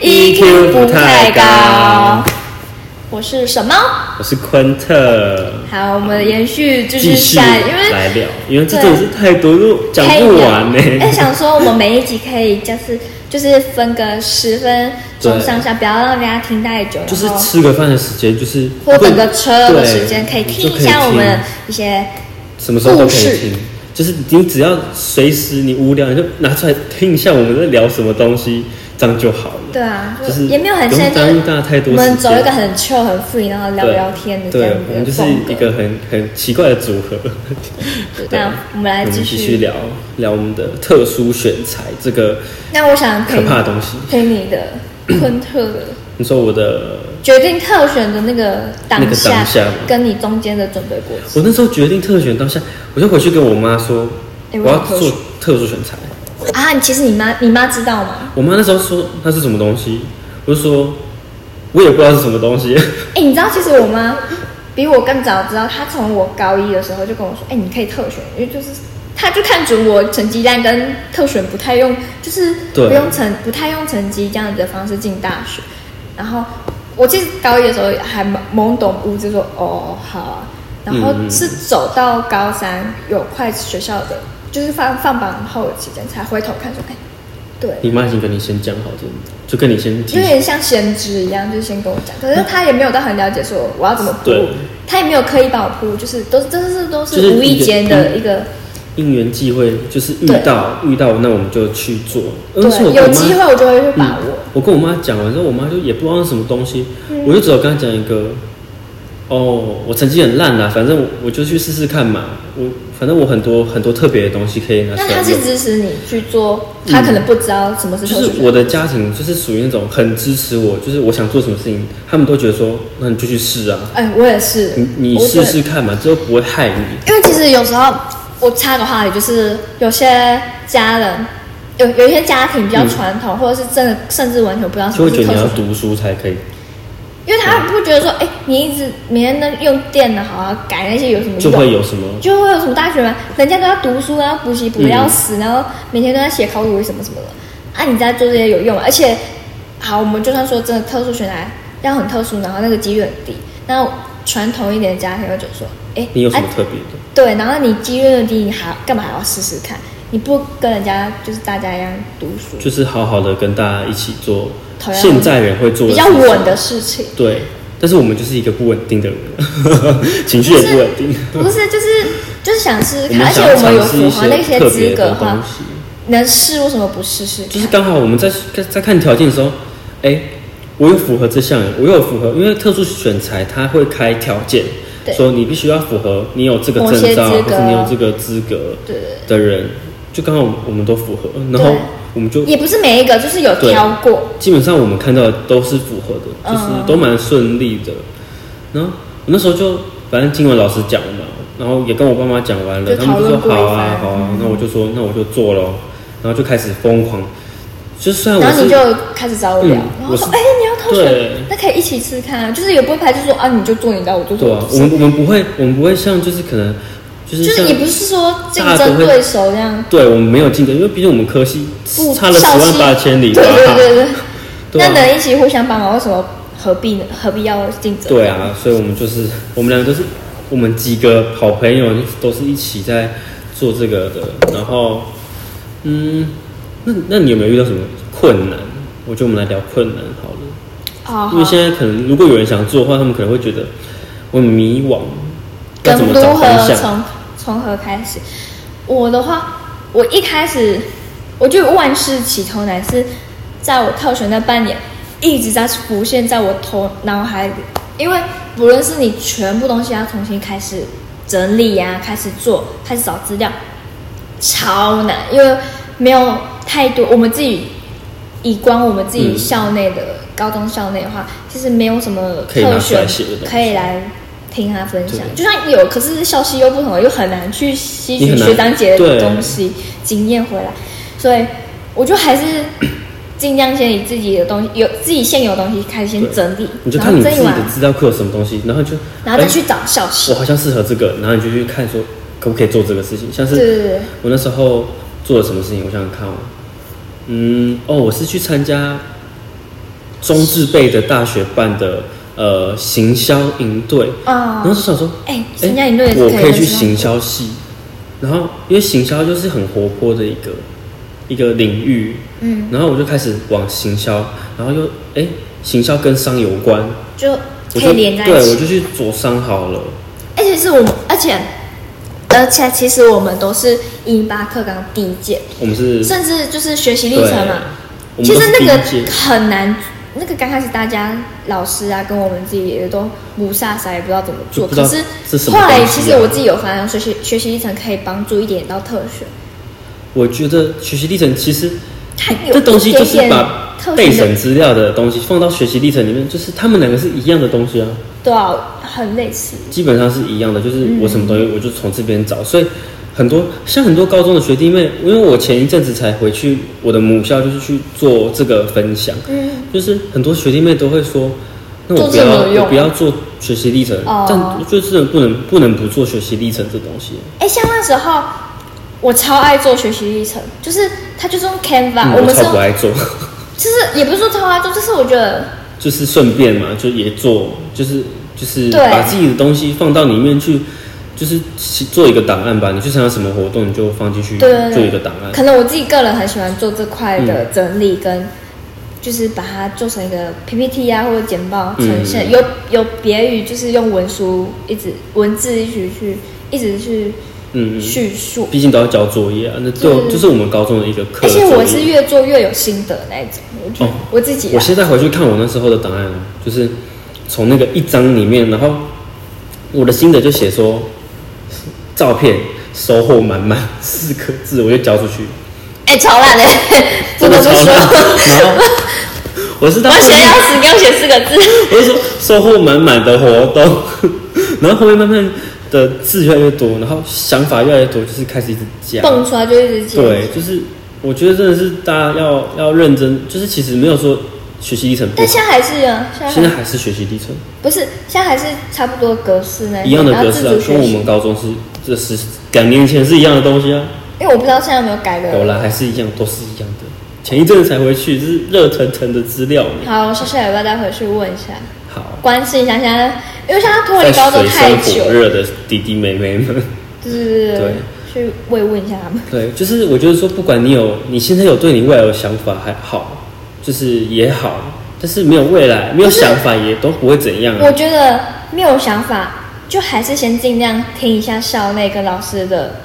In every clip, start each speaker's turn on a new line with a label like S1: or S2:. S1: EQ E 不太高。
S2: E 我是什么？
S1: 我是昆特，
S2: 好，我们延续就
S1: 继
S2: 是
S1: 续
S2: 下，因为
S1: 来聊，因为这
S2: 对
S1: 真的是太多，都讲不完呢、
S2: 哎， 想说我们每一集可以就是就是分个十分钟上下，不要让人家听太久，
S1: 就是
S2: 然后
S1: 吃个饭的时间，就是
S2: 或等个车的
S1: 对
S2: 时间，可以听
S1: 就
S2: 一下我们
S1: 听
S2: 一些
S1: 什么时候都可
S2: 故事
S1: 以听。就是你只要随时你无聊，你就拿出来听一下我们在聊什么东西，这样就好了。
S2: 对啊，
S1: 就
S2: 就是也没有很
S1: 不用
S2: 深，就是
S1: 耽误大家太多
S2: 我们
S1: 时间
S2: 走一个很 chill 很 free，然后聊聊天的这
S1: 对
S2: 样，
S1: 我们
S2: 子
S1: 就
S2: 的
S1: 是
S2: 风
S1: 一
S2: 格。
S1: 个很很奇怪的组合。对
S2: 那我们来
S1: 我们
S2: 继
S1: 继续
S2: 续。
S1: 聊聊我们的特殊选材这个
S2: 那我想陪
S1: 可
S2: 你
S1: 怕的东西。
S2: 陪你的昆特的
S1: 你说我的，
S2: 决定特选的那个当
S1: 那个
S2: 下，
S1: 当下
S2: 跟你中间的准备过程，
S1: 我那时候决定特选当下，我就回去跟我妈说，
S2: 哎
S1: 我要
S2: 我有特
S1: 做特殊选材。
S2: 啊，你其实你妈你妈知道吗？
S1: 我妈那时候说它是什么东西，我就说我也不知道是什么东西。
S2: 哎、你知道其实我妈比我更早知道，她从我高一的时候就跟我说，哎、你可以特选，因为就是她就看准我成绩单跟特选不太用，就是
S1: 对
S2: 不用成不太用成绩这样子的方式进大学。然后我记得高一的时候还懵懵懂无知，说哦好啊。然后
S1: 嗯
S2: 是走到高三有快学校的，就是放放榜后的期间才回头看说，哎、对，
S1: 你妈已经跟你先讲好这，就跟你先提嗯
S2: 有点像先知一样，就是先跟我讲。可是他也没有到很了解说我要怎么铺
S1: 对，
S2: 他也没有刻意把我铺，就是都是这是都
S1: 就是是
S2: 无意间的
S1: 一嗯
S2: 一个，
S1: 因缘际会，就是遇
S2: 对
S1: 到遇到，那我们就去做。而且嗯
S2: 对，
S1: 我跟我
S2: 有
S1: 妈
S2: 机会我就会去把
S1: 嗯
S2: 握。
S1: 我跟我妈讲完之后，我妈就也不知道是什么东西，我就只有跟她讲一个，哦，我成绩很烂啦，反正我我就去试试看嘛。我反正我很多很多特别的东西可以拿出
S2: 那
S1: 来
S2: 他是
S1: 用。
S2: 支持你去做，他可能不知道什么是
S1: 就
S2: 特
S1: 是
S2: 殊
S1: 我的家庭就是属于那种很支持我，就是我想做什么事情，他们都觉得说，那你就去试啊，
S2: 哎，我也是，
S1: 你你
S2: 我觉啊
S1: 试
S2: 得
S1: 试看嘛，这又不会害你。
S2: 因为其实有时候我插个话题，就是有些家人。有有一些家庭比较传统，或者是真的甚至完全不知道什
S1: 就
S2: 么
S1: 会
S2: 是
S1: 觉得
S2: 特
S1: 你
S2: 殊
S1: 要读书才可以。
S2: 因为他不觉得说，哎、你一直每天都用电脑啊改那些有什么用？
S1: 就会有什么
S2: 就会有什么大学嘛，人家都要读书，然后补习补的要
S1: 嗯
S2: 死，然后每天都在写考古什么什么的。啊，你在做这些有用吗？而且，好，我们就算说真的特殊选材要很特殊，然后那个几率很低，那传统一点的家庭会觉得说，哎，
S1: 你有什么
S2: 啊
S1: 特别的？
S2: 对，然后你几率很低，你还干嘛还要试试看？你不跟人家就是大家一样读书，
S1: 就是好好的跟大家一起做
S2: 同样的
S1: 现在人会做的
S2: 比较
S1: 事情
S2: 稳的事情。
S1: 对，但是我们就是一个不稳定的人， 情绪也不稳定。
S2: 不是，就是就是想试试
S1: 我
S2: 看，
S1: 们
S2: 而且
S1: 想要
S2: 我们有
S1: 尝试
S2: 符
S1: 一
S2: 合那
S1: 些
S2: 些
S1: 特
S2: 资
S1: 别
S2: 格
S1: 的
S2: 的
S1: 东
S2: 话，
S1: 西，
S2: 能试为什么不试试看？
S1: 就是刚好我们在在在看条件的时候，哎，我有符合这项，我有符合，因为特殊选材它会开条件
S2: 对，
S1: 说你必须要符合，你有这个
S2: 某
S1: 证
S2: 些
S1: 照，
S2: 资
S1: 或是你有
S2: 格
S1: 这个资格
S2: 对
S1: 的人，就刚好我们都符合，然后
S2: 对
S1: 我们就
S2: 也不是每一个，就是有
S1: 对
S2: 挑过。
S1: 基本上我们看到的都是符合的，就是
S2: 嗯
S1: 都蛮顺利的。然后我那时候就反正今晚老师讲了嘛，然后也跟我爸妈讲完了，
S2: 就
S1: 他们
S2: 讨
S1: 就
S2: 论
S1: 说
S2: 过
S1: 好
S2: 一
S1: 啊
S2: 番
S1: 好啊，那我就说那我就做咯，然后就开始疯狂。就算我
S2: 然后
S1: 是
S2: 你就开始找我聊，
S1: 嗯
S2: 然后
S1: 我
S2: 说
S1: 是：“
S2: 哎、你要偷
S1: 对
S2: 选，那可以一起试试看啊。”就是也不会排斥说啊，你就做你的，我就做
S1: 对
S2: 我
S1: 啊，
S2: 的
S1: 我们我们不会我们不会像就是可能就是
S2: 就是
S1: 像
S2: 也不是说竞
S1: 大家都
S2: 争
S1: 会
S2: 对手这样，
S1: 对我们没有竞争，因为毕竟我们科系
S2: 不
S1: 差了十
S2: 少
S1: 万
S2: 数
S1: 八千里吧，
S2: 对对对对，
S1: 对啊
S2: 那能一起互相帮忙，为什么何必呢？何必要竞争？哦
S1: 对啊，所以我们就是我们两个都是我们几个好朋友，都是一起在做这个的。然后，嗯，那那你有没有遇到什么困难？我觉得我们来聊困难好了，
S2: 哦，
S1: 因为
S2: 好，
S1: 现在可能如果有人想做的话，他们可能会觉得我很迷惘，要怎
S2: 跟
S1: 么
S2: 如
S1: 找方
S2: 何
S1: 向？
S2: 从从何开始？我的话，我一开始我觉得万事起头难，是在我跳选那半年一直在浮现在我头脑海里，因为不论是你全部东西要重新开始整理呀、开始做，开始找资料，超难，因为没有太多我们自己。以光我们自己
S1: 嗯
S2: 校内的、高中校内的话，其实没有什么
S1: 可以拿
S2: 特
S1: 出来
S2: 选
S1: 写的东西
S2: 可以来听他分享。
S1: 对
S2: 就算有，可是校系又不同，又很难去吸
S1: 你
S2: 取
S1: 很难
S2: 学长姐
S1: 对
S2: 的东西经验回来，所以我就还是尽量先以自己的东西，有自己现有的东西开始
S1: 对
S2: 先整理，
S1: 你就
S2: 然后
S1: 看你自
S2: 整理
S1: 己
S2: 完
S1: 的，资料库有什么东西，然后就
S2: 然后再去
S1: 哎
S2: 找校系
S1: 我。好像适合这个，然后你就去看说可不可以做这个事情，像是
S2: 对对对，
S1: 我那时候做了什么事情？我想想看哦，嗯，哦，我是去参加中字辈的大学办的呃行销营队，然
S2: 啊
S1: 后就想说，
S2: 哎，
S1: 哎
S2: 人家营队也是
S1: 我
S2: 可
S1: 可以
S2: 认
S1: 去
S2: 识到
S1: 行销系，然后因为行销就是很活泼的一个一个领域，
S2: 嗯，
S1: 然后我就开始往行销，然后又哎行销跟商有关，
S2: 就
S1: 我
S2: 可以
S1: 就
S2: 连在
S1: 对
S2: 一
S1: 我
S2: 起。
S1: 就去做商好了，
S2: 而且是我们，而且而且其实我们都是一八课纲第一届，
S1: 我们是
S2: 甚至就是学习历
S1: 对
S2: 程嘛。啊
S1: 我们
S2: 其
S1: 都
S2: 实
S1: 是
S2: 那
S1: 第
S2: 个
S1: 一届
S2: 很难，那个刚开始大家老师啊跟我们自己也都不飒飒，也不知道怎么做。
S1: 就不知道
S2: 可是
S1: 是什么
S2: 后来
S1: 东西
S2: 其
S1: 啊
S2: 实我自己有发现，学习学习历程可以帮助一点到特选，
S1: 我觉得学习历程其实
S2: 它哎有
S1: 这东西就
S2: 一
S1: 是
S2: 点点
S1: 把
S2: 特
S1: 备
S2: 选
S1: 审
S2: 的，
S1: 资料的东西放到学习历程里面，就是他们两个是一样的东西啊，
S2: 对啊，很类似。
S1: 基本上是一样的，就是我什么东西
S2: 嗯
S1: 我就从这边找，所以很多像很多高中的学弟妹，因为我前一阵子才回去我的母校，就是去做这个分享，
S2: 嗯，
S1: 就是很多学弟妹都会说，那我
S2: 做
S1: 不
S2: 这
S1: 要
S2: 个有用
S1: 我不要做学习历程，
S2: 哦
S1: 但我就是不能不能不做学习历程这东西，
S2: 哎，像那时候我超爱做学习历程，就是它就是用 Canva，、
S1: 嗯
S2: 我
S1: 我
S2: 们是
S1: 超不
S2: 用，
S1: 爱做。
S2: 就是也不是说超爱做，就是我觉得
S1: 就是顺便嘛，就也做，就是就是
S2: 对
S1: 把自己的东西放到里面去，就是做一个档案吧。你去参加什么活动，你就放进去
S2: 对对对
S1: 嗯做一个档案。嗯
S2: 可能我自己个人很喜欢做这块的整理跟，就是把它做成一个 PPT 啊或者简报呈现，
S1: 嗯
S2: 有有别于就是用文书一直文字一直去一直去
S1: 嗯，嗯
S2: 叙述，
S1: 毕竟都要交作业啊，那就
S2: 对
S1: 就是我们高中的一个
S2: 而
S1: 课的作
S2: 且
S1: 业。
S2: 我是越做越有心得那一种，我觉得、
S1: 哦
S2: 我自己、
S1: 我
S2: 啊、
S1: 现在回去看我那时候的档案，就是从那个一张里面，然后我的心得就写说，照片收获满满四个字，我就交出去，
S2: 哎、超烂 的，不得不
S1: 超烂。
S2: 说，
S1: 然后我是到
S2: 我写要 死，给我写四个字，
S1: 我就说收获满满的活动， 然后后面慢慢的字越来越多，然后想法越来越多，就是开始一直加。
S2: 蹦出来就一直写。
S1: 对，就是我觉得真的是大家要要认真，就是其实没有说学习历程不
S2: 但
S1: 好，
S2: 现在还是啊，现在
S1: 现
S2: 还
S1: 在还是学习历程
S2: 不是，现在还是差不多格式那
S1: 一样的格式
S2: 然后
S1: 啊
S2: 自，主
S1: 跟
S2: 学
S1: 我
S2: 习
S1: 们高中是这十两年前是一样的东西啊，
S2: 因为我不知道现在有没有改
S1: 有
S2: 了。
S1: 啦，还是一样，都是一样的。前一阵子才回去，就是热腾腾的资料呢。
S2: 好，我下下礼拜再回去问一下，
S1: 好，
S2: 关心一下现在，因为现在脱离
S1: 在
S2: 高中
S1: 水
S2: 太
S1: 深
S2: 久
S1: 火，热的弟弟妹妹们。
S2: 对对对
S1: 对
S2: 去慰问一下他们。
S1: 对，就是我觉得说，不管你有你现在有对你未来有想法还好，就是也好，但是没有未来没有想法也都不会怎样、
S2: 我
S1: 啊。
S2: 觉得没有想法，就还是先尽量听一下校内跟老师的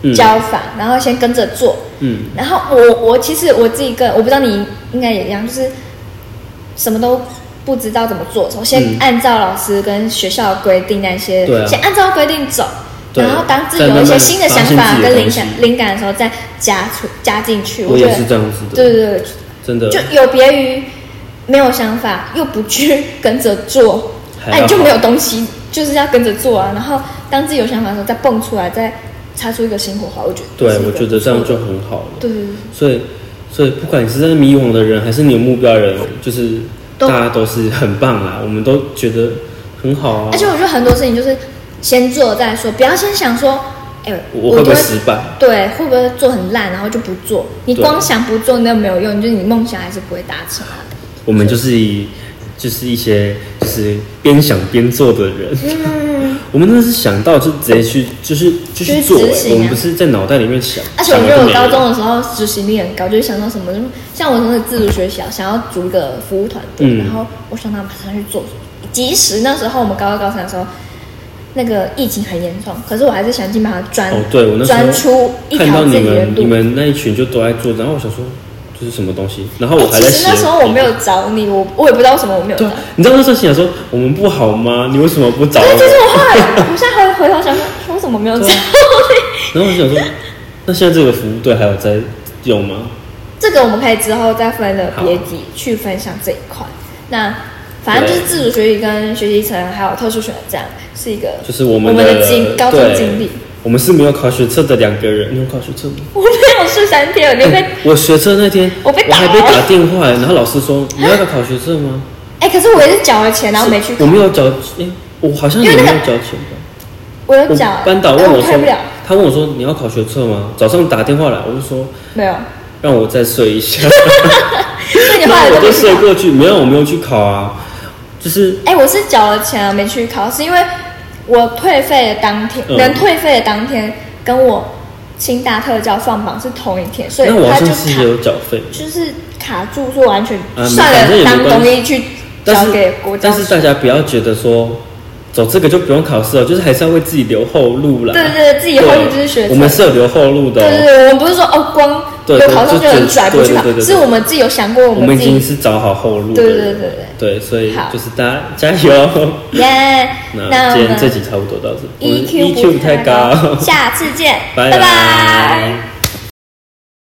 S1: 嗯
S2: 教法，然后先跟着做。
S1: 嗯，
S2: 然后我我其实我自己个人，我不知道你应该也一样，就是什么都不知道怎么做，首先
S1: 嗯
S2: 按照老师跟学校的规定那些，
S1: 对啊
S2: 先按照规定走，
S1: 对
S2: 然后当自己
S1: 再慢
S2: 有一
S1: 慢
S2: 些新的想
S1: 发
S2: 法
S1: 现自己的
S2: 跟灵
S1: 东西
S2: 感灵感的时候再加出加进去，
S1: 我
S2: 觉
S1: 也
S2: 得
S1: 是这样子的，
S2: 对对对，
S1: 真的
S2: 就有别于没有想法又不去跟着做，
S1: 还
S2: 哎、你就
S1: 好
S2: 没有东西，就是要跟着做啊。然后当自己有想法的时候再蹦出来，再擦出一个新火花，我觉得
S1: 对
S2: 是一，个
S1: 我觉得这样就很好了。
S2: 对对对。
S1: 所以，所以不管你是在迷惘的人，还是你有目标的人，就是
S2: 都
S1: 大家都是很棒啊啦，我们都觉得很好啊
S2: 而。且我觉得很多事情就是先做再说，不要先想说，哎、
S1: 我会不
S2: 就
S1: 会失败？
S2: 对，会不会做很烂，然后就不做？你
S1: 对
S2: 光想不做那没有用，就是你梦想还是不会达成啊。
S1: 我们就是以就是一些就是边想边做的人。
S2: 嗯，
S1: 我们真的是想到就直接去，就是
S2: 就
S1: 就
S2: 是
S1: 去做、
S2: 执
S1: 欸。
S2: 行啊
S1: 我们不是在脑袋里面想。
S2: 而且我觉得
S1: 想
S2: 我
S1: 了就没
S2: 高
S1: 了
S2: 中，的时候执行力很高，就是想到什么，就是像我从那自主学习啊，想要组一个服务团队，
S1: 嗯
S2: 然后我想到马上去做。即使那时候我们高二、高三的时候，那个疫情很严重，可是我还是想尽办法钻，
S1: 哦，对我那时
S2: 钻
S1: 候
S2: 出一
S1: 看
S2: 条
S1: 到
S2: 自
S1: 你
S2: 己的
S1: 们
S2: 路
S1: 你。们那一群就都在做，然后我想说这是什么东西，然后
S2: 哎
S1: 我还在
S2: 其
S1: 写。
S2: 实那时候我没有找你，我我也不知道为什么我没有找
S1: 对啊
S2: 你。，
S1: 你知道那时候心想说我们不好吗？你为什么不找
S2: 对，
S1: 我？
S2: 就是我后来，我现在回回头想说，我怎么没有找你？
S1: 然后我就想说，那现在这个服务队还有在用吗？
S2: 这个我们可以之后再分了别集去分享这一块。那反正就是
S1: 对
S2: 自主学习跟学习层还有特殊选择这样是一个
S1: 就是我
S2: 们
S1: 们的
S2: 经高中
S1: 对
S2: 经 历。
S1: 我们是没有考学测的两个人，你有考学测吗？
S2: 我没有去三天，我就被
S1: 哎 我学测那天，
S2: 我被打
S1: 还
S2: 了
S1: 被打电话，然后老师说你要不要考学测吗？
S2: 哎、可是我也是缴了钱，然后没去
S1: 我，没有缴，哎，我好像也
S2: 因
S1: 没
S2: 为
S1: 有
S2: 那个
S1: 缴钱吧。
S2: 我有
S1: 我
S2: 缴。
S1: 班导
S2: 哎
S1: 问
S2: 我
S1: 说
S2: 退不了，，
S1: 他问我说你要考学 测吗？早上打电话来，我就说
S2: 没有。
S1: 让我再睡一下。
S2: 所以你后来来
S1: 我
S2: 都没
S1: 就
S2: 去
S1: 睡
S2: 考。
S1: 过去，没有，我没有去考啊，就是
S2: 哎、我是缴了钱啊，没去考，是因为我退费的当天，
S1: 嗯
S2: 能退费的当天跟我清大特教放榜是同一天，所以
S1: 那我好
S2: 他就
S1: 像
S2: 卡
S1: 是有缴费，
S2: 就是卡住，说完全
S1: 啊没
S2: 算
S1: 反正
S2: 了，
S1: 也没
S2: 当
S1: 关
S2: 东
S1: 系
S2: 西去
S1: 但
S2: 交
S1: 是
S2: 给国家
S1: 但。是大家不要觉得说走这个就不用考试了，就是还是要为自己留后路啦。
S2: 对对对，自己后路就是学
S1: 对我们是有留后路的、
S2: 对对
S1: 哦，
S2: 对，我们不是说哦，光
S1: 对
S2: 有
S1: 对
S2: 考上就
S1: 就
S2: 很
S1: 就
S2: 拽不
S1: 对
S2: 去
S1: 对
S2: 考
S1: 对，对
S2: 是
S1: 对
S2: 我们自己有想过我
S1: 我们
S2: 们
S1: 已
S2: 自
S1: 经
S2: 己。
S1: 是找好后路的
S2: 对对
S1: 人
S2: 对
S1: 对，所以
S2: 好
S1: 就是大家加 油。
S2: 耶！
S1: 那
S2: 我
S1: 今天
S2: 们
S1: 这，E
S2: ，E
S1: 集差不多到这，我们
S2: EQ
S1: EQ 不太高，
S2: 下次见，
S1: 拜
S2: 拜拜